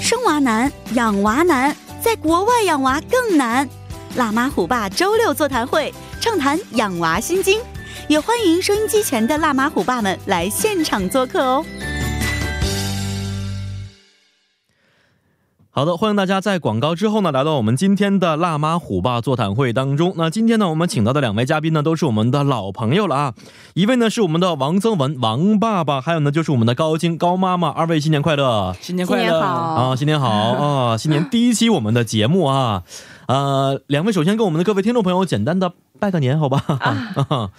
生娃难，养娃难，在国外养娃更难。辣妈虎爸周六座谈会，畅谈养娃心经，也欢迎收音机前的辣妈虎爸们来现场做客哦。好的，欢迎大家在广告之后呢，来到我们今天的辣妈虎爸座谈会当中。那今天呢，我们请到的两位嘉宾呢，都是我们的老朋友了啊。一位呢是我们的王增文王爸爸，还有呢就是我们的高晶高妈妈。二位新年快乐！新年新快年乐！好，啊，新年好啊！新年第一期我们的节目啊，呃，两位首先跟我们的各位听众朋友简单的拜个年，好吧？啊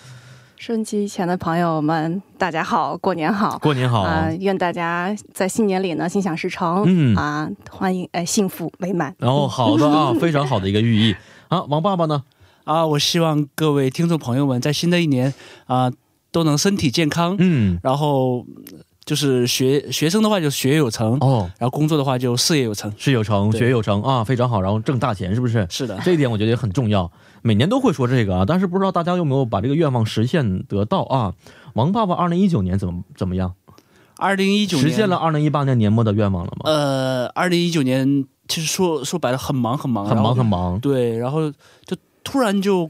收音机前的朋友们，大家好，过年好。 过年好，啊、愿大家在新年里呢心想事成，嗯啊，欢迎哎幸福美满。然后好的 啊，非常好的一个寓意啊。王爸爸呢？啊，我希望各位听众朋友们在新的一年啊都能身体健康，嗯，然后嗯就是学学生的话就学业有成，哦，然后工作的话就事业有成。事有成，对学有成啊，非常好，然后挣大钱，是不是？是的，这一点我觉得也很重要，每年都会说这个啊，但是不知道大家有没有把这个愿望实现得到啊？王爸爸，二零一九年怎么怎么样？二零一九年实现了。二零一八年年末的愿望了吗？呃，二零一九年其实说说白了很忙很忙，很然后忙很忙对，然后就突然就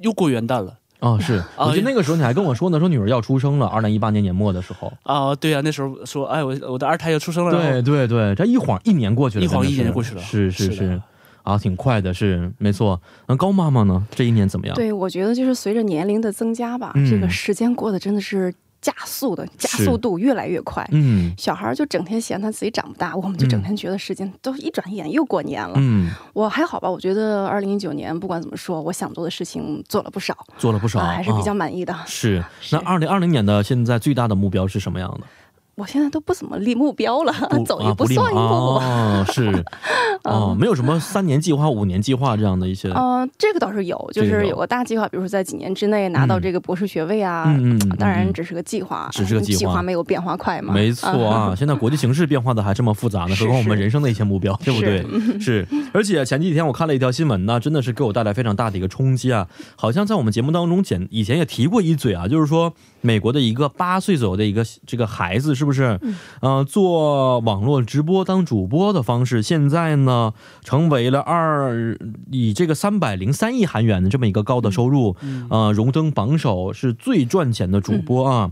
又过元旦了啊、是，我记得那个时候你还跟我说呢，说女儿要出生了，二零一八年年末的时候。啊、对啊，那时候说哎我我的二胎要出生了，然后对对对，这一晃一年过去了，一晃真的是一年过去了是是是是的，啊，挺快的，是没错。那高妈妈呢？这一年怎么样？对，我觉得就是随着年龄的增加吧，嗯这个时间过得真的是加速的，加是速度越来越快。嗯小孩儿就整天嫌他自己长不大，我们就整天觉得时间都一转眼又过年了。嗯，我还好吧，我觉得二零一九年不管怎么说，我想做的事情做了不少，做了不少，啊、还是比较啊满意的。是。那是二零二零年的现在最大的目标是什么样的？我现在都不怎么立目标了， 走啊一步立算一 步。马啊， 是啊，没有什么三年计划、五年计划这样的一些，嗯、这个倒是有，这就个是有有个大计划，比如说在几年之内拿到嗯这个博士学位啊。嗯嗯嗯，当然嗯只是个计划，嗯只是个计划计没有变化快嘛。嗯没错啊，现在国际形势变化的还这么复 杂呢，是何况我们是人生的一些目标，对不 对？是，而且前几天我看了一条新闻呢，真的是给我带来非常大的一个冲击啊！好像在我们节目当中前以前也提过一嘴啊，就是说美国的一个八岁左右的一个这个孩子，是不是？嗯、呃，做网络直播当主播的方式，现在呢成为了二以这个三百零三亿韩元的这么一个高的收入，嗯呃，荣登榜首，是最赚钱的主播啊。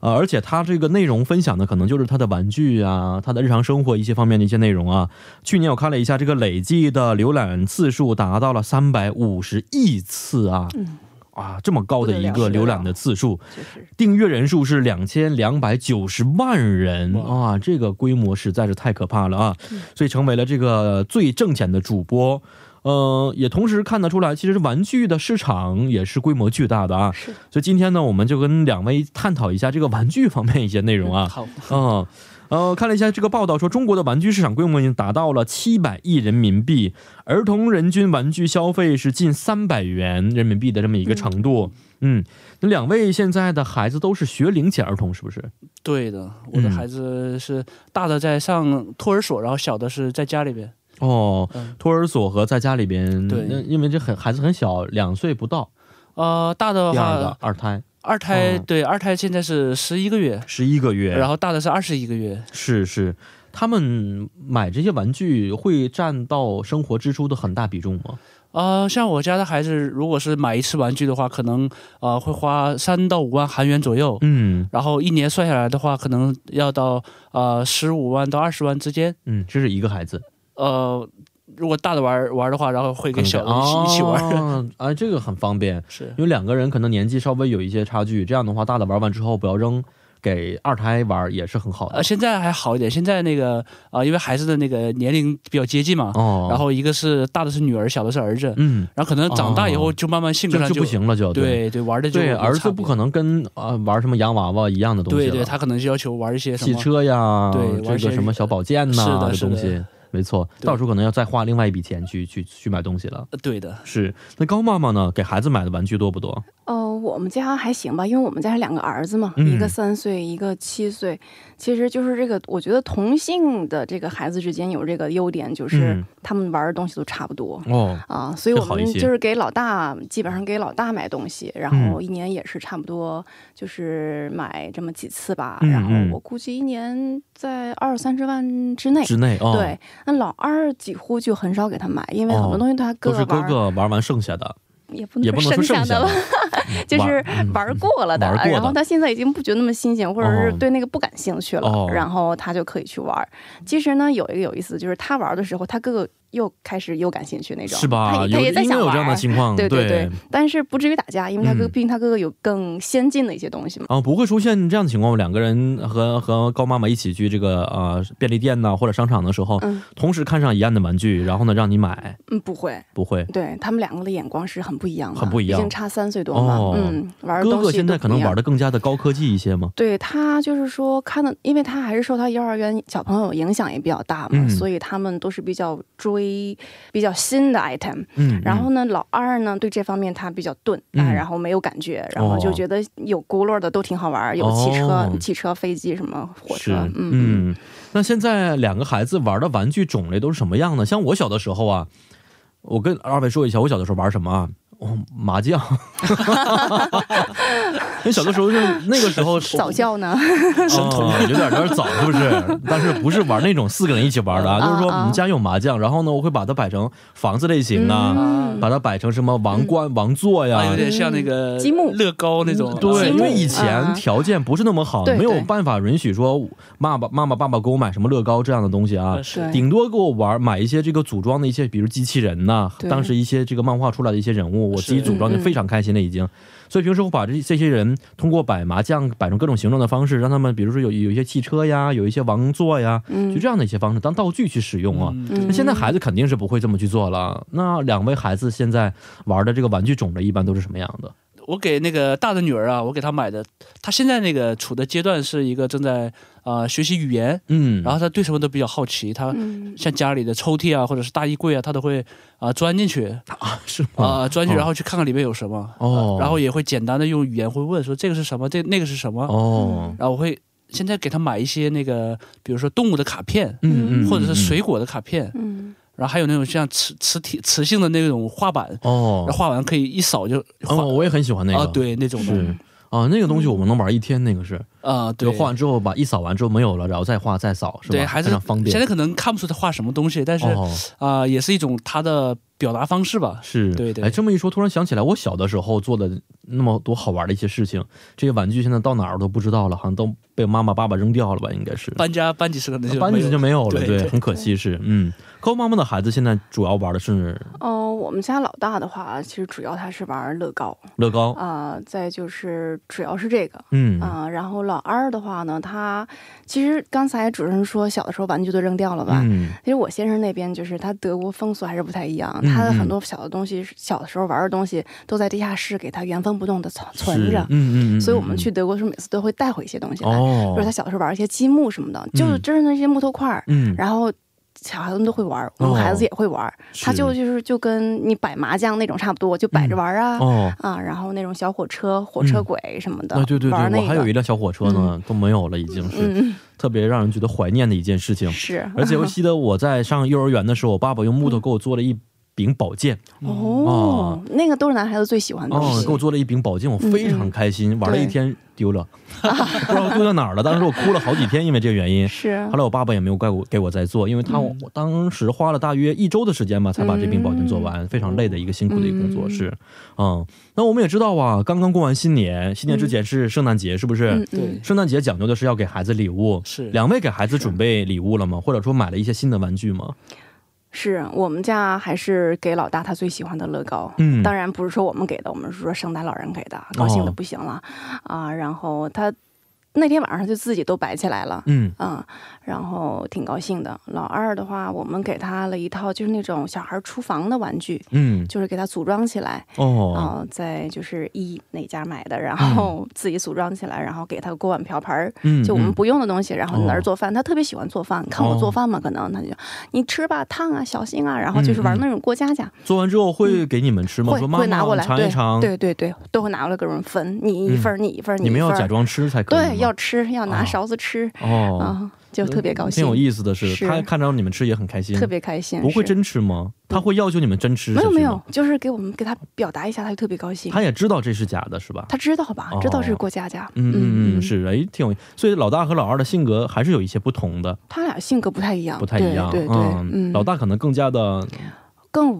呃，而且他这个内容分享的可能就是他的玩具啊，他的日常生活一些方面的一些内容啊。去年我看了一下，这个累计的浏览次数达到了三百五十亿次啊，嗯啊，这么高的一个浏览的次数， 就是订阅人数是两千两百九十万人哇啊，这个规模实在是太可怕了啊！所以成为了这个最挣钱的主播。呃，也同时看得出来，其实玩具的市场也是规模巨大的啊。是所以今天呢，我们就跟两位探讨一下这个玩具方面一些内容啊。好， 嗯，呃，看了一下这个报道说，中国的玩具市场规模已经达到了七百亿人民币，儿童人均玩具消费是近三百元人民币的这么一个程度。嗯，那两位现在的孩子都是学龄前儿童，是不是？对的，我的嗯孩子是大的在上托儿所，然后小的是在家里边。哦，嗯，托儿所和在家里边，对那因为这很孩子很小，两岁不到，呃，大的第二话个，二胎二胎嗯对，二胎现在是十一个月，十一个月，然后后大的是二十一个月。是是。他们买这些玩具会占到生活支出的很大比重吗？呃，像我家的孩子，如果是买一次玩具的话，可能呃会花三到五万韩元左右，嗯然后一年算下来的话，可能要到呃十五万到二十万之间。嗯，这是一个孩子。呃，如果大的玩玩的话，然后会跟小的一起、一起玩。啊、哎这个很方便，是因为两个人可能年纪稍微有一些差距，这样的话，大的玩完之后不要扔，给二胎玩也是很好的。呃，现在还好一点，现在那个啊、呃因为孩子的那个年龄比较接近嘛，哦，然后一个是大的是女儿，小的是儿子，嗯，然后可能长大以后哦就慢慢性格就上就不行了就，对对，玩的哦对就有儿子差别不可能跟啊、玩什么洋娃娃一样的东西对了，对，他可能就要求玩一些什汽么车呀，对玩这些个什么小宝剑呐、是的这是的东西，没错，对到时候可能要再花另外一笔钱去去去买东西了。呃对的，是，那高妈妈呢？给孩子买的玩具多不多？呃，我们家还行吧，因为我们家是两个儿子嘛，嗯一个三岁，一个七岁。其实就是这个，我觉得同性的这个孩子之间有这个优点，就是嗯他们玩的东西都差不多。哦，啊，所以这我好一们些就是给老大，基本上给老大买东西，然后嗯一年也是差不多，就是买这么几次吧。嗯然后嗯我估计一年在二三十万之内。之内哦，，哎对，那老二几乎就很少给他买，因为很哦多东西都他哥都是玩哥哥儿，玩完剩下的，也不也不能能说剩下剩的吧吧，， 就是嗯玩儿过了的。玩儿过然后的他现在已经不觉得那么新鲜，或者是哦对那个不感兴趣了，哦然后他就可以去玩儿。其实呢，有一个有意思，就是他玩儿的时候，他哥哥又开始又感兴趣那种，是他吧？也他有也在应该想有玩这儿。样的情况，对对嗯对对，但是不至于打架，因为他哥，嗯毕竟他哥哥有更先进的一些东西嘛。啊、不会出现这样的情况，两个人和和高妈妈一起去这个呃便利店呐、或者商场的时候，嗯同时看上一样的玩具，然后呢让你买，嗯，不会，不会。对他们两个的眼光是很不一样的，很不一样毕竟差三岁多哦嘛。嗯，玩的哥东哥西现都在可能不一样玩的更加的高科技一些嘛，对他就是说看的，因为他还是受他幼儿园小朋友影响也比较大嘛，嗯所以他们都是比较追比较新的 item。嗯，然后嗯呢，老二呢对这方面他比较钝、啊，嗯然后没有感觉，然后就哦觉得有轱辘的都挺好玩，有汽车、哦汽车、飞机什么火是车，嗯嗯，那现在两个孩子玩的玩具种类都是什么样呢？像我小的时候啊，我跟二位说一下，我小的时候玩什么啊？哦，麻 将，因为小的时候是那个时候是 早教呢，神童、有点有点早，是不是？但是不是玩那种四个人一起玩的啊？就是说啊啊我们家有麻将，然后呢，我会把它摆成房子类型啊，嗯把它摆成什么王冠、王座啊，呀有。点像那个积木嗯乐高那种，对，积因木为以前啊条件不是那么好，对没有对办法允许说妈妈、妈妈、爸爸给我买什么乐高这样的东西啊呃，对顶多给我玩买一些这个组装的一些，比如机器人呐、对嗯当时一些这个漫画出来的一些人物，我自己是组装就非常开心了已经。所以平时我把这这些人通过摆麻将摆成各种形状的方式，让他们比如说有有一些汽车呀，有一些王座呀，就嗯这样的一些方式当道具去使用啊。嗯那嗯，现在孩子肯定是不会这么去做了。那两位孩子现在玩的这个玩具种类一般都是什么样的？我给那个大的女儿啊，我给她买的，她现在那个处的阶段是一个正在呃学习语言，嗯，然后她对什么都比较好奇，她嗯像家里的抽屉啊或者是大衣柜啊，她都会啊、钻进去是吗？啊、钻进去，哦然后去看看里面有什么，哦呃然后也会简单的用语言会问说这个是什么，这那个是什么，哦，然后我会现在给她买一些那个比如说动物的卡片，嗯嗯，或者是嗯水果的卡片，嗯然后还有那种像磁磁体磁性的那种画板，哦然后，画完可以一扫就画、哦，我也很喜欢那个，啊，对那种的是啊，那个东西我们能玩一天，那个是。啊，对就画完之后把一扫完之后没有了，然后再画再扫，是吧？对，还非是常方便。现在可能看不出他画什么东西，但是啊、哦，也是一种他的表达方式吧。是，对对哎，这么一说，突然想起来，我小的时候做的那么多好玩的一些事情，这些玩具现在到哪儿都不知道了，好像都被妈妈爸爸扔掉了吧？应该是。搬家搬几十个那就搬进去就没有了，对对很可惜是，嗯，高妈妈的孩子现在主要玩的是哦，我们家老大的话，其实主要他是玩乐高乐高，啊、再就是主要是这个。嗯，啊、然后老二的话呢，他其实刚才主持人说小的时候玩具都扔掉了吧？嗯，其实我先生那边就是他德国风俗还是不太一样，嗯他的嗯很多小的东西，小的时候玩的东西都在地下室给他原封不动的存存是着嗯，嗯嗯，所以我们嗯去德国的时候每次都会带回一些东西来，哦就是，他小的时候玩一些积木什么的，就是嗯真是那些木头块儿，嗯，然后。小孩子们都会玩儿，我们哦孩子也会玩儿，他是就就是就跟你摆麻将那种差不多，就摆着玩儿啊、哦，啊，然后那种小火车、火车嗯轨什么的，啊，对对对，玩儿那个、我还有一辆小火车呢，都没有了，已经是嗯，特别让人觉得怀念的一件事 情。是而且我记得我在上幼儿园的时候，我爸爸用木嗯头给我做了一柄宝剑，哦，那个都是男孩子最喜欢的东啊哦，西。给我做了一柄宝剑，嗯我非常开心，玩了一天丢 了，不知道丢在哪儿了。当时我哭了好几天，因为这个原因。 是嗯后来我爸爸也没有怪我给我再做，因为他、我当时花了大约一周的时间吧，才把这柄宝剑做完，非常累的一个辛苦的一个工作嗯是，嗯，那我们也知道啊，刚刚过完新年，新年之前是圣诞节，是不是？嗯对嗯，圣诞节讲究的是要给孩子礼物，是两位给孩子准备礼物了吗？或者说买了一些新的玩具吗？是我们家还是给老大他最喜欢的乐高。嗯，哦当然不是说我们给的，我们是说圣诞老人给的，高兴的不行了、啊！然后他那天晚上就自己都摆起来了。嗯嗯，然后挺高兴的。老二的话，我们给他了一套就是那种小孩厨房的玩具，嗯就是给他组装起来，哦，啊、在就是一哪家买的，然后自己组装起来，然后给他锅碗瓢盆儿，嗯，就我们嗯不用的东西，然后你哦在那儿做饭。他特别喜欢做饭，看我做饭嘛，可能他就你吃吧，烫啊，小心啊，然后就是玩那种过家家，嗯做完之后会给你们嗯吃吗？嗯会说妈会拿妈，过我来，尝一尝。嗯对对对对，都会拿过来各种分，你一份儿，你一份儿，你们一要份假儿，装吃才可以吗。对，要吃要哦拿勺子吃啊、哦，就特别高兴，挺有意思的是，是他看着你们吃也很开心。特别开心，不会是真吃吗？他会要求你们真吃？没有没有，，就是给我们给他表达一下，他就特别高兴，他也知道这是假的，是吧？他知道吧，知道是哦过家家，嗯嗯嗯，是哎，挺有。所以老大和老二的性格还是有一些不同的，他俩性格不太一样，不太一样。哦对对对，嗯，老大可能更加的，更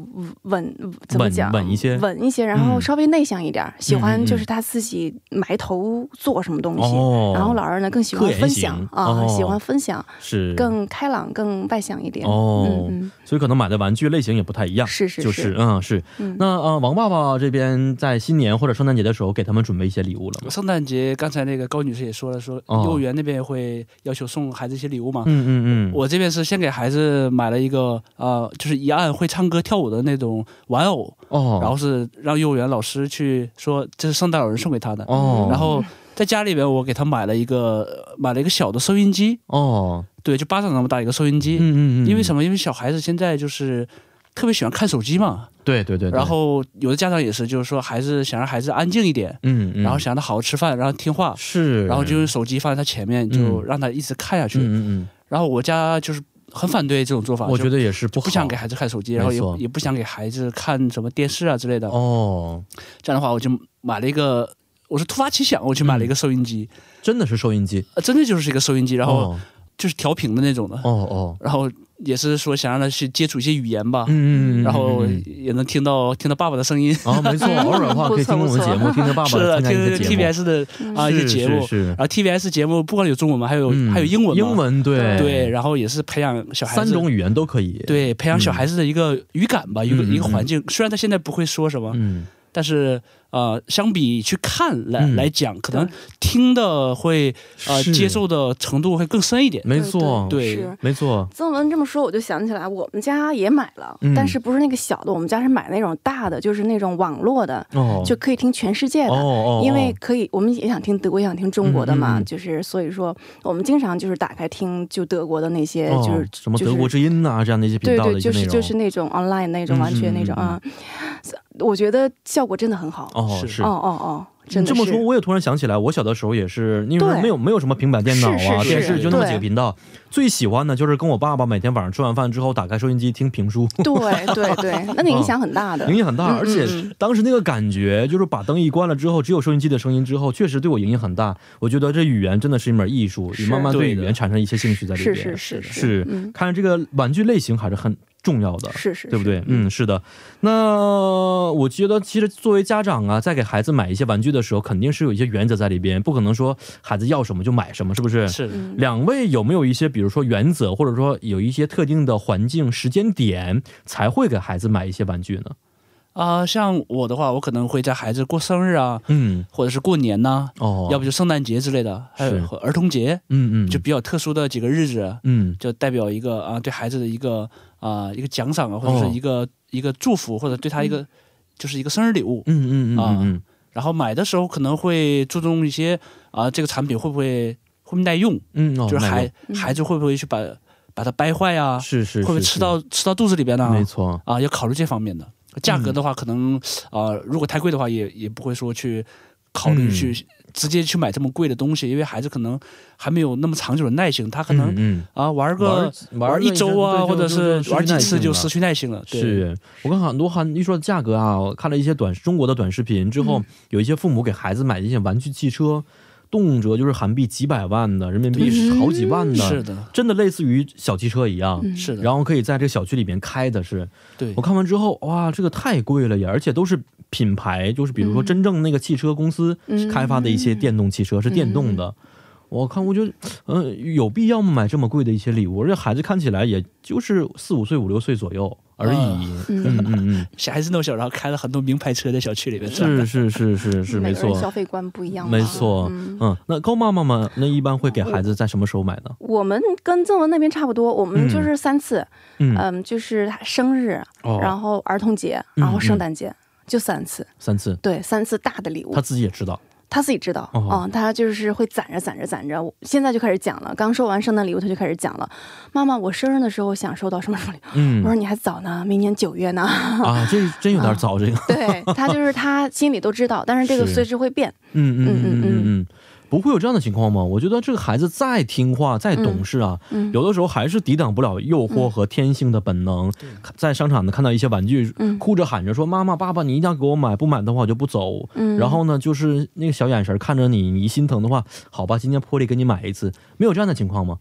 稳，怎么稳讲？稳一些稳一些，然后嗯稍微内向一点儿，喜嗯嗯欢嗯就是他自己埋头做什么东西。哦然后老二呢更喜欢个人分型享啊、哦喜欢分享，是更开朗、更外向一点。哦嗯所以可能买的玩具类型也不太一样嗯，。是是就是嗯是，嗯那呃王爸爸这边在新年或者圣诞节的时候给他们准备一些礼物了吗？圣诞节刚才那个高女士也说了，说哦幼儿园那边也会要求送孩子一些礼物嘛。嗯嗯嗯，我这边是先给孩子买了一个呃，就是一按会唱歌跳舞的那种玩偶，哦，然后是让幼儿园老师去说这是圣诞老人送给他的。哦，然后在家里边，我给他买了一个买了一个小的收音机，哦，对，就巴掌那么大一个收音机。嗯嗯嗯，因为什么？因为小孩子现在就是特别喜欢看手机嘛，对对对，对然后有的家长也是，就是说孩子想让孩子安静一点，嗯，嗯然后想让他好好吃饭，然后听话，是，然后就用手机放在他前面，就让他一直看下去。嗯嗯然后我家就是很反对这种做法，嗯，我觉就得也是不不想好给孩子看手机，没然后错也也不想给孩子看什么电视啊之类的。哦，这样的话，我就买了一个，我是突发奇想，我去买了一个收音机，真的是收音机，呃真的就是一个收音机，然后嗯哦就是调频的那种的，哦哦，然后也是说想让他去接触一些语言吧。嗯嗯嗯，嗯啊然后嗯嗯也能听到听到爸爸的声音，啊，没 错，偶尔的话可以听我们节目，听听爸爸是的，参加听一些节目， TBS 的嗯啊一些是节目，是是然，后 TBS 节目不光有中文嘛，还有、嗯还有英文嘛，英文对对，然后也是培养小孩三子种语言都可以，，对培养小孩子的一个呃语感吧，一个嗯嗯一个环境。虽然他现在不会说什么，嗯但是呃，相比去看来、嗯来讲，可能听的会呃是嗯接受的程度会更深一点。没对错对是没错，曾文这么说，我就想起来，我们家也买了、嗯但是不是那个小的，我们家是买那种大的，就是那种网络的，哦就可以听全世界的。哦哦，因为可以，我们也想听德国，也想听中国的嗯嘛，嗯嗯就是所以说，我们经常就是打开听就德国的那些，哦呃就是什么德国就是之音呐这样的一些频对道的对，一些就内是容，就是那种 online 那种嗯完全那种嗯嗯啊、我觉得效果真的很好。哦是是哦哦哦，真你的这是。么说，我也突然想起来，我小的时候也是，因为对没有没有什么平板电脑啊、是是是电视，就那么对几个频道。最喜欢的就是跟我爸爸每天晚上吃完饭之后，打开收音机听评书，对对 对，那你嗯影响很大的。影响很大。嗯嗯而且嗯当时那个感觉，就是把灯一关了之后，只有收音机的声音之后，确实对我影响很大。我觉得这语言真的是一门艺术，是你慢慢对对语的言产生一些兴趣在里是边。是是是嗯看这个玩具类型还是很重要的。是是，对不对？嗯，是的。那我觉得，其实作为家长啊，在给孩子买一些玩具的时候，肯定是有一些原则在里边，不可能说孩子要什么就买什么，是不是？是嗯？两位有没有一些，比如说原则，或者说有一些特定的环境、时间点才会给孩子买一些玩具呢？啊、像我的话，我可能会在孩子过生日啊，嗯，或者是过年呐、哦，要不就圣诞节之类的，还是有和儿童节，嗯嗯，就比较特殊的几个日子，嗯就代表一个啊、对孩子的一个啊、一个奖赏啊，或者哦嗯是一个、一个祝福，或者对他一个、就是一个生日礼物。嗯嗯嗯啊嗯然后买的时候可能会注重一些啊、这个产品会不会会不会耐用，嗯，哦啊就是买孩过嗯孩子会不会去把把它掰坏呀、是是会是不会是吃到吃到肚子里边呢、没错，啊，要考虑这方面的。价嗯格的话，可能啊、如果太贵的话，也也不会说去考虑嗯去、直接去买这么贵的东西，因为孩子可能还没有那么长久的耐性，他可能、嗯啊玩嗯个玩一周啊，或者是玩几次就失失去耐性了。对，是我看很多韩一说价格啊，我看了一些短中国的短视频之嗯后，有一些父母给孩子买一些玩具汽车，动辄就是韩币几百万的，人民币是好几万的，嗯是的，真的类似于小汽车一样。嗯是的，然后可以在这个小区里面开的是，对我，看完之后，哇，这个太贵了呀！而且都是品牌，就是比如说嗯真正那个汽车公司嗯开发的一些电动汽车、是电动的。我看我就，嗯、有必要吗买这么贵的一些礼物？而且孩子看起来也就是四五岁、五六岁左右，而已。嗯嗯嗯，谁还是那么小，然后开了很多名牌车在小区里面转。是是是是是，没每个人消错费观不一样嘛，没错。嗯嗯，那高妈妈们那一般会给孩子在什么时候买呢？我们跟正文那边差不多，我们就是三次，嗯，嗯，就是他生日，哦，然后儿童节，嗯然后圣诞节，就三次，三次，对，三次大的礼物他，自己也知道。他自己知道，哦嗯，他就是会攒着攒着攒着，我现在就开始讲了，刚收完圣诞礼物，他就开始讲了，妈妈，我生日的时候想收到什么什么礼物，嗯我说你还早呢，明年九 月呢，啊，这真有点早，这个。对他就是他心里都知道，但是这个是随时会变，嗯嗯嗯嗯嗯嗯嗯，不会有这样的情况吗？我觉得这个孩子再听话、再懂事啊，嗯有的时候还是抵挡不了诱惑和天性的本能。在商场呢，看到一些玩具，嗯哭着喊着说：“妈妈、爸爸，你一定要给我买，不买的话我就不走。”嗯，然后呢，就是那个小眼神看着你，你一心疼的话，好吧，今天破例给你买一次，没有这样的情况吗？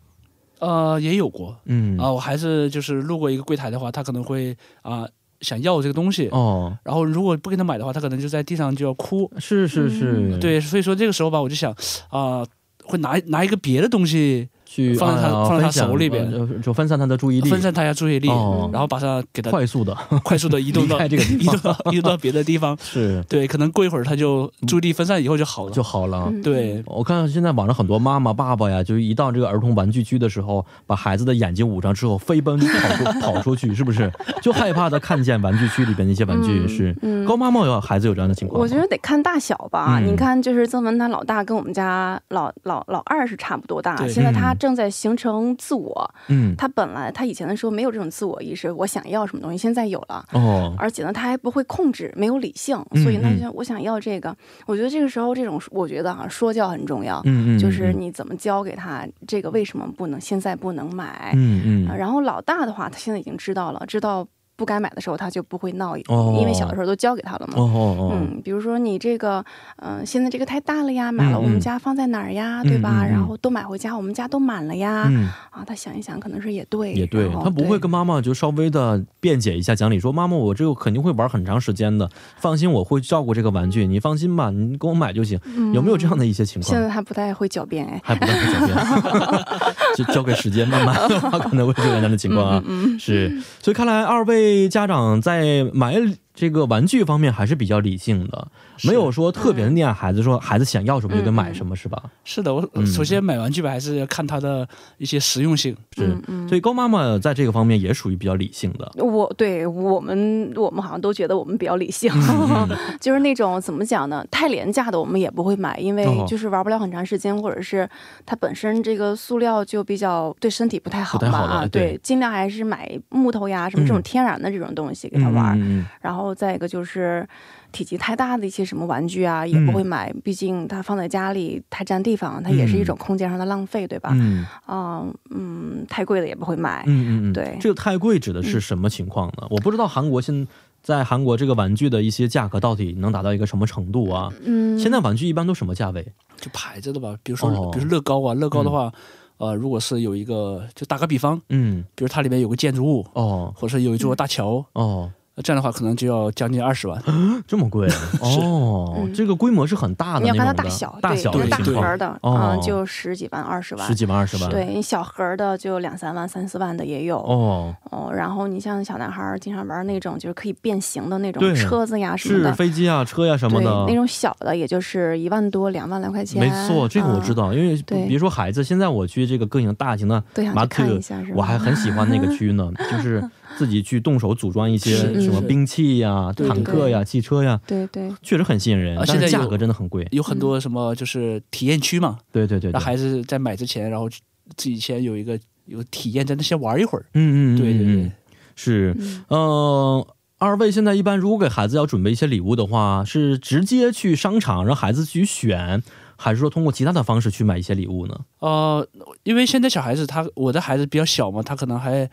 呃，也有过嗯，啊、我还是就是路过一个柜台的话，他可能会啊、想要这个东西，哦，然后如果不给他买的话，他可能就在地上就要哭。是是是，，对，所以说这个时候吧，我就想啊、会拿拿一个别的东西去放在他哎呀放在他分享手里边呃就分散他的注意力，分散大家注意力，哦然后把它给他快速的，快速的移动到离开这个地方移动到移动到别的地方。是对，可能过一会儿他就注意力分散以后就好了。嗯就好了。啊嗯，对，我看现在网上很多妈妈、爸爸呀，就是一到这个儿童玩具区的时候，把孩子的眼睛捂上之后，飞奔跑出跑出去，是 不是？就害怕他看见玩具区里边的一些玩具。嗯是嗯高妈妈有孩子有这样的情况吗，我觉得得看大小吧。嗯你看，就是曾文他老大跟我们家老老老二是差不多大，对现在他嗯正在形成自我。嗯，他本来他以前的时候没有这种自我意识，我想要什么东西，现在有了。哦，而且呢，他还不会控制，没有理性，嗯所以呢，嗯就像我想要这个，我觉得这个时候这种，我觉得啊，说教很重要，嗯嗯，就是你怎么教给他这个为什么不能，现在不能买。嗯，嗯啊嗯，然后老大的话，他现在已经知道了，知道不该买的时候，他就不会闹，哦因为小的时候都教给他了嘛。哦哦哦，嗯，比如说你这个，嗯、现在这个太大了呀，买了我嗯嗯们家放在哪儿呀，嗯对吧？嗯嗯然后都买回家，我们家都满了呀。嗯，啊，他想一想，可能是也对，也对，然后他不会跟妈妈就稍微的辩解一下，讲理说妈妈，我这个肯定会玩很长时间的，放心，我会照顾这个玩具，你放心吧，你给我买就行。有没有这样的一些情况现？在他不太会狡辩哎。还不太会狡辩， 就交给时间慢慢的话，可能会出现这样的情况嗯啊。是，所以看来二位家长在买这个玩具方面还是比较理性的，没有说特别恋爱孩子，嗯说孩子想要什么就给买什么，是吧？是的，我嗯首先买玩具吧，还是要看它的一些实用性。嗯是，所以高妈妈在这个方面也属于比较理性的。我对我们，我们好像都觉得我们比较理性，嗯 就是那种怎么讲呢？太廉价的我们也不会买，因为哦就是玩不了很长时间，或者是它本身这个塑料就比较对身体不太好不太嘛好的啊。对对，尽量还是买木头呀什么这种嗯天然的这种东西给他玩儿。嗯嗯然后再一个就是体积太大的一些什么玩具啊，也不嗯会买，毕竟它放在家里太占地方，它也是一种空间上的浪费，对吧？嗯啊、嗯太贵的也不会买。嗯嗯嗯，对这个太贵指的是什么情况呢？我不知道韩国现在韩国这个玩具的一些价格到底能达到一个什么程度啊？嗯，现在玩具一般都什么价位？就牌子的吧，比如说，哦比如说乐高啊，乐高的话，呃，如果是有一个，就打个比方，嗯，比如它里面有个建筑物，哦或者是有一座大桥，呃哦，这样的话可能就要将近二十万。这么 贵哦嗯，这个规模是很大的那你要种的，看它大小，大对小因为的大情盒况儿，的，哦嗯，就十几万、二十万十。几万、二十万，对你小盒儿的就两三万、三四万的也有哦哦，然后你像小男孩儿经常玩那种就是可以变形的那对种车子呀什么是的，飞机啊、车呀、什么对，那的。种小的也就是一万多、两万来块钱。没啊错，这个我知道。道，因为对别说孩子，现在我去这个更营大型的对，想马去看特一下是吧？我还很喜欢那个区 呢，就是自己去动手组装一些是什么是兵器呀、对坦克呀、汽车呀，对对，确实很吸引人啊，但现是在有价格真的很贵。有很多什么就是体验区嘛，对对对让对，孩子在买之前，然后自己先有一个有体验，在那先玩一会儿。嗯嗯，嗯对对，嗯对嗯，是，嗯呃。二位现在一般如果给孩子要准备一些礼物的话，是直接去商场让孩子去选，还是说通过其他的方式去买一些礼物呢？呃，因为现在小孩子他，我的孩子比较小嘛，他可能还，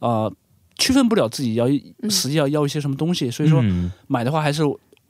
呃，区分不了自己要嗯实际要要一些什么东西，所以说嗯、买的话还是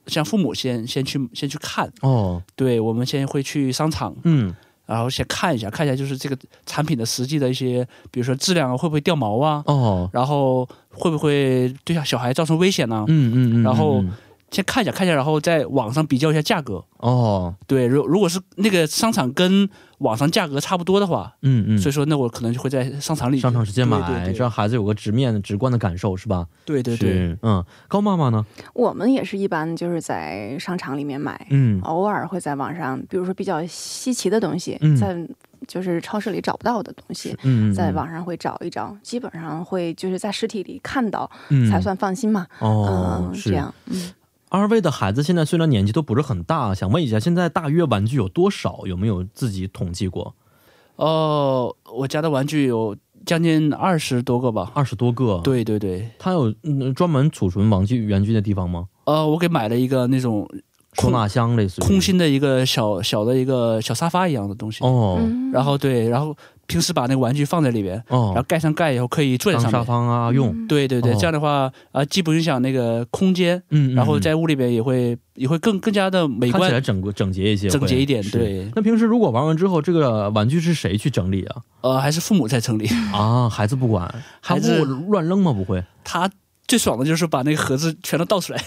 像父母先先去先去看，哦，对我们先会去商场，嗯，然后先看一下，看一下就是这个产品的实际的一些，比如说质量啊，会不会掉毛啊，哦，然后会不会对小小孩造成危险呢、嗯嗯嗯，然后嗯先看一下看一下，然后在网上比较一下价格。哦，对，如如果是那个商场跟网上价格差不多的话，嗯嗯，所以说那我可能就会在商场里商场直接对买，对对让孩子有个直面、直观的感受，是吧？对对对，是，嗯，高妈妈呢？我们也是一般就是在商场里面买，嗯，偶尔会在网上，比如说比较稀奇的东西，嗯在就是超市里找不到的东西，嗯，在网上会找一找，基本上会就是在实体里看到嗯才算放心嘛。哦，嗯，这是。样，嗯，二位的孩子现在虽然年纪都不是很大，想问一下，现在大约玩具有多少？有没有自己统计过？哦、我家的玩具有将近二十多个吧。二十多个。，对对对，他有嗯专门储存玩具玩具的地方吗？呃，我给买了一个那种收空纳箱类似于空。心的一个小小的一个小沙发一样的东西。哦嗯然后对，然后平时把那个玩具放在里边，然后哦，盖上盖以后可以坐在当上沙面。发啊用。嗯对对对，哦这样的话啊、既不影响那个空间，嗯，嗯然后嗯在屋里边也会也会更更加的美看起观来整个整洁一些，整洁一点。会。是对，那平时如果玩完之后，这个玩具是谁去整理啊？呃，还是父母在整理。啊，孩子不管，嗯孩子他不乱扔吗？不会他最爽的就是把那个盒子全都倒出来。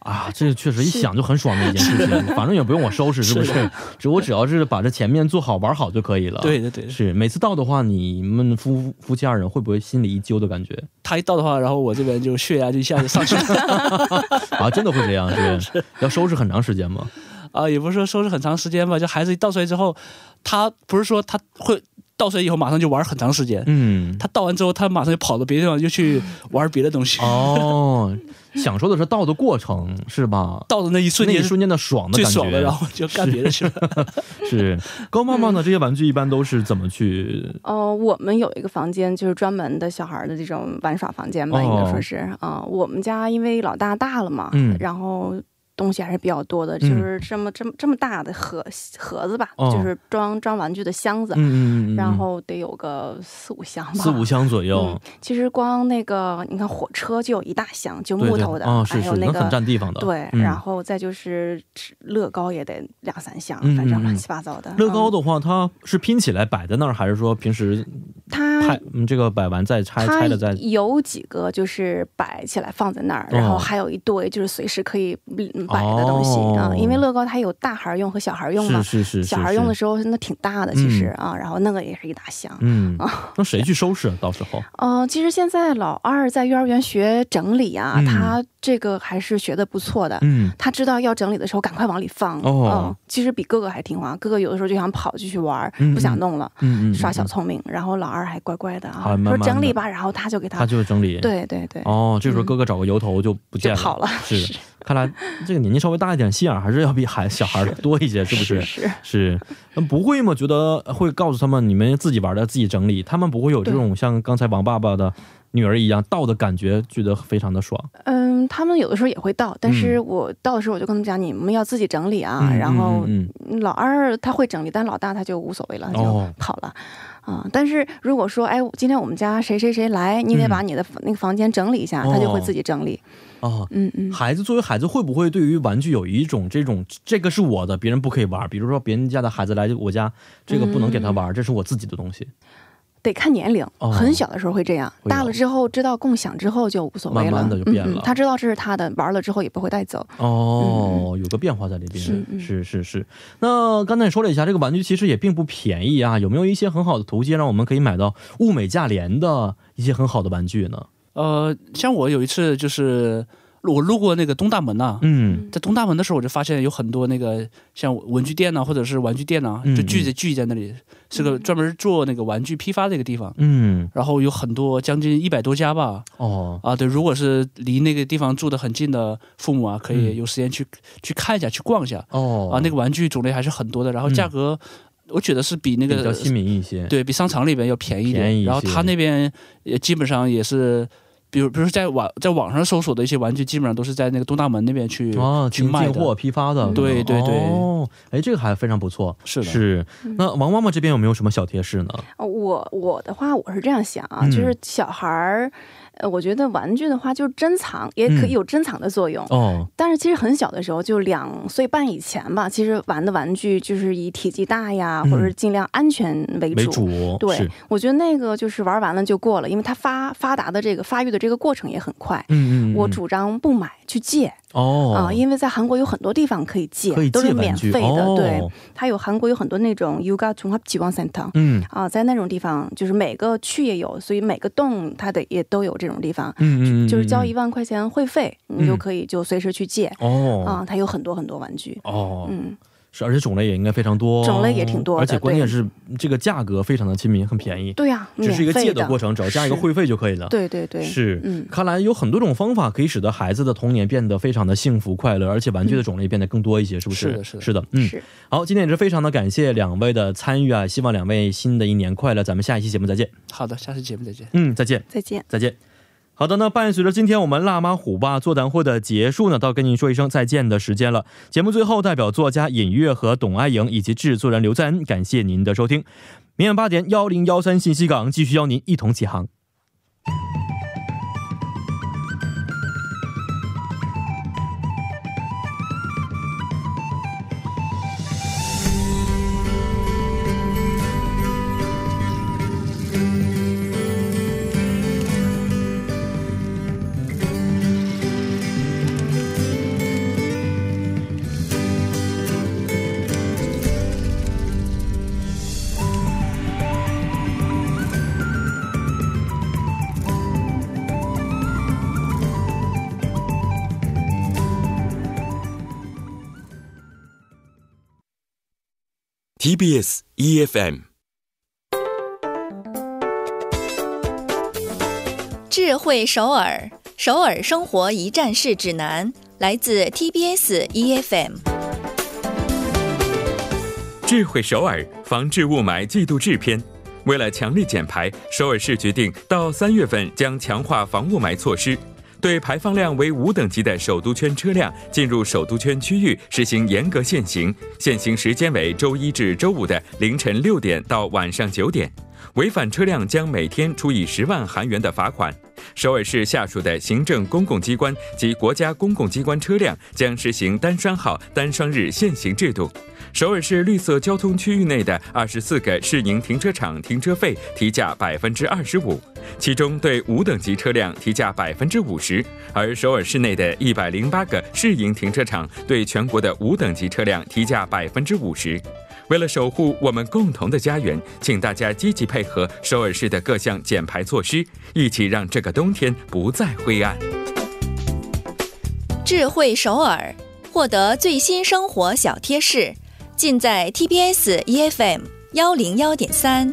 啊，这个确实一是想就很爽的一件事 情，反正也不用我收拾，是不是？只我只要是把这前面做好玩好就可以了。，对对对，是每次到的话，你们夫夫妻二人会不会心里一揪的感觉他一倒的话，然后我这边就血压就一下子 上去了啊？真的会这样是？要收拾很长时间吗？啊，也不是说收拾很长时间吧，就孩子一倒出来之后，他不是说他会倒出来以后马上就玩很长时间，嗯，他倒完之后他马上就跑到别的地方就去玩别的东西，哦，享受的是倒的过程是吧？倒的那一瞬那一间是瞬间的爽的最感爽的，然觉后就干别的去了。 是高妈妈呢？这些玩具一般都是怎么去哦，我们有一个房间，就是专门的小孩儿的这种玩耍房间吧，哦应该说是啊、我们家因为老大大了嘛，嗯然后东西还是比较多的，嗯就是这么这么这么大的盒盒子吧，哦就是装装玩具的箱子，嗯嗯嗯嗯，然后得有个四五箱吧，四五。箱左右嗯，，其实光那个你看火车就有一大箱，就对嗯木对头的，啊，是还是有那能很个占地方的。对，嗯然后再就是吃乐高也得两三箱，嗯反正嗯乱嗯七八糟的。乐高的的话，它是拼起来摆在那儿，还是说平时它拍、嗯、这个摆完再拆，拆了再它有几个就是摆起来放在那儿，哦然后还有一堆就是随时可以嗯摆的东西啊、哦因为乐高它有大孩儿用和小孩儿用嘛是，是是是小孩儿用的是时候那挺大的，其实啊、然后那个也是一大箱。 嗯，那谁去收拾啊？到时候呃，其实现在老二在幼儿园学整理啊，嗯他这个还是学的不错的。嗯他知道要整理的时候，赶快往里放。哦嗯，其实比哥哥还听话。哥哥有的时候就想跑，就去玩儿嗯，不想弄了，嗯嗯，耍嗯小嗯聪明。然后老二还乖乖的还啊，慢慢地说整理吧，然后他就给他就整理。对对对，哦，这时候嗯哥哥找个由头就不见就跑了。是，看来这个年纪稍微大一点，心眼儿还是要比孩小孩儿多一些，是不是？是，是，那不会吗？觉得会告诉他们你们自己玩的自己整理，他们不会有这种像刚才王爸爸的女儿一样倒的感觉，觉得非常的爽。嗯，他们有的时候也会倒，但是嗯我倒的时候我就跟他们讲，你们要自己整理啊。嗯然后嗯老二他会整理，但老大他就无所谓了，他就哦跑了。啊、但是如果说，哎，今天我们家谁谁谁来，你嗯得哦把你的那个房间整理一下，他就会自己整理。嗯哦，嗯嗯，孩子作为孩子，会不会对于玩具有一种这种这个是我的，别人不可以玩？比如说别人家的孩子来我家，这个不能给嗯他玩，这是我自己的东西。得看年龄、哦很小的时候会这样，会大有了之后知道共享之后就无所谓了，慢慢地就变嗯了嗯。他知道这是他的，玩了之后也不会带走。哦，有个变化在里边。嗯是嗯是是是。那刚才也说了一下，这个玩具其实也并不便宜啊，有没有一些很好的途径让我们可以买到物美价廉的一些很好的玩具呢？呃，像我有一次就是我路过那个东大门呐、嗯。在东大门的时候，我就发现有很多那个像文具店呐、啊或者是玩具店呐、嗯就聚着聚集在那里，是个专门做那个玩具批发的一个地方。嗯，然后有很多，将近一百多家吧。哦，啊，对，如果是离那个地方住的很近的父母啊，可以嗯有时间去、去看一下，去逛一下哦，啊。那个玩具种类还是很多的，然后价格，我觉得是嗯比那比较个亲民一些，，对比商场里边要便宜一便宜一点。些然后他那边也基本上也是，比如比如说在网在网上搜索的一些玩具，基本上都是在那个东大门那边去、哦，去进卖进的。货批发嗯的，对对对哦，哎，这个还非常不错，是的，是。嗯那王妈妈这边有没有什么小贴士呢？哦我我的话，我是这样想啊，嗯就是小孩儿，呃，我觉得玩具的话，就是珍藏，也可以有珍藏的作用。嗯哦，但是其实很小的时候，就两岁半以前吧，其实玩的玩具就是以体积大呀，嗯或者是尽量安全为主。为主，对是，我觉得那个就是玩完了就过了，因为它发发达的这个发育的这个过程也很快。嗯嗯，嗯我主张不买去借哦啊、因为在韩国有很多地方可以借，可以都是借玩免具费的。哦、对，，它有韩国有很多那种 Yoga 综合集望 center 嗯啊，在那种地方就是每个区也有，所以每个洞它得也都有这种地方，嗯嗯，就是交嗯一万块钱会费，你就可以就随时去借哦啊。它有很多很多玩具，哦，嗯，是，而且种类也应该非常多，种类也挺多的而且关对键是这个价格非常的亲民，很便宜，对呀、只免是一个费借的过程，只要加一个是会费就可以了。对对对，是，嗯看来有很多种方法可以使得孩子的童年变得非常的幸福快乐，而且玩具的种类变得更多一些，是不是？是的是的是的，嗯。是，好，今天也是非常的感谢两位的参与啊，希望两位新的一年快乐，咱们下一期节目再见。好的，下期节目再见。嗯，再见。再见。再见。好的，那伴随着今天我们辣妈虎爸座谈会的结束呢，到跟您说一声再见的时间了。节目最后，代表作家尹月和董爱颖以及制作人刘在恩，感谢您的收听。明晚八点幺零幺三信息港继续邀您一同起航。 TBS EFM 智慧首尔，首尔生活一站式指南，来自 TBS EFM。智慧首尔防治雾霾季度制篇。为了强力减排，首尔市决定到三月份将强化防雾霾措施，对排放量为五等级的首都圈车辆进入首都圈区域实行严格限行，限行时间为周一至周五的凌晨六点到晚上九点。违反车辆将每天处以十万韩元的罚款。首尔市下属的行政公共机关及国家公共机关车辆将实行单双号、单双日限行制度。首尔市绿色交通区域内的二十四个市营停车场停车费提价百分之二十五，其中对五等级车辆提价百分之五十，而首尔市内的一百零八个市营停车场对全国的五等级车辆提价百分之五十。为了守护我们共同的家园，请大家积极配合首尔市的各项减排措施，一起让这个冬天不再灰暗。智慧首尔，获得最新生活小贴士，尽在 TBS EFM E 幺零幺点三。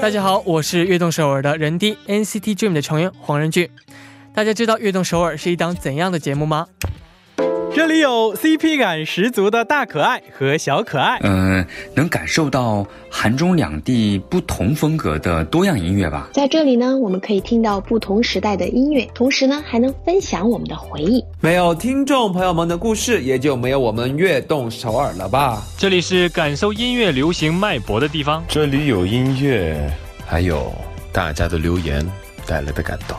大家好，我是跃动首尔的人 D NCT Dream 的成员黄仁俊。大家知道《跃动首尔》是一档怎样的节目吗？这里有 CP 感十足的大可爱和小可爱，嗯、能感受到韩中两地不同风格的多样音乐吧。在这里呢，我们可以听到不同时代的音乐，同时呢，还能分享我们的回忆。没有听众朋友们的故事，也就没有我们跃动首尔了吧？这里是感受音乐流行脉搏的地方。这里有音乐，还有大家的留言带来的感动。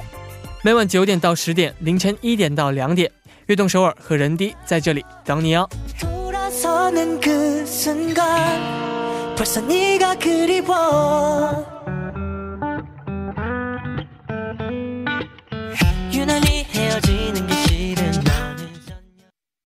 每晚九点到十点，凌晨一点到两点，《跃动首尔》和人 D 在这里等你哦。 돌아서는 그 순간 벌써 네가 그리워